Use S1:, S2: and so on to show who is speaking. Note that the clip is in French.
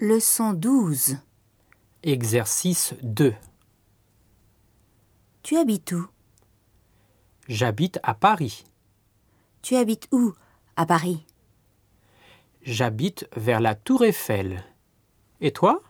S1: Leçon 12.
S2: Exercice 2.
S1: Tu habites où
S2: J'habite à Paris.
S1: Tu habites où À Paris.
S2: J'habite vers la Tour Eiffel. Et toi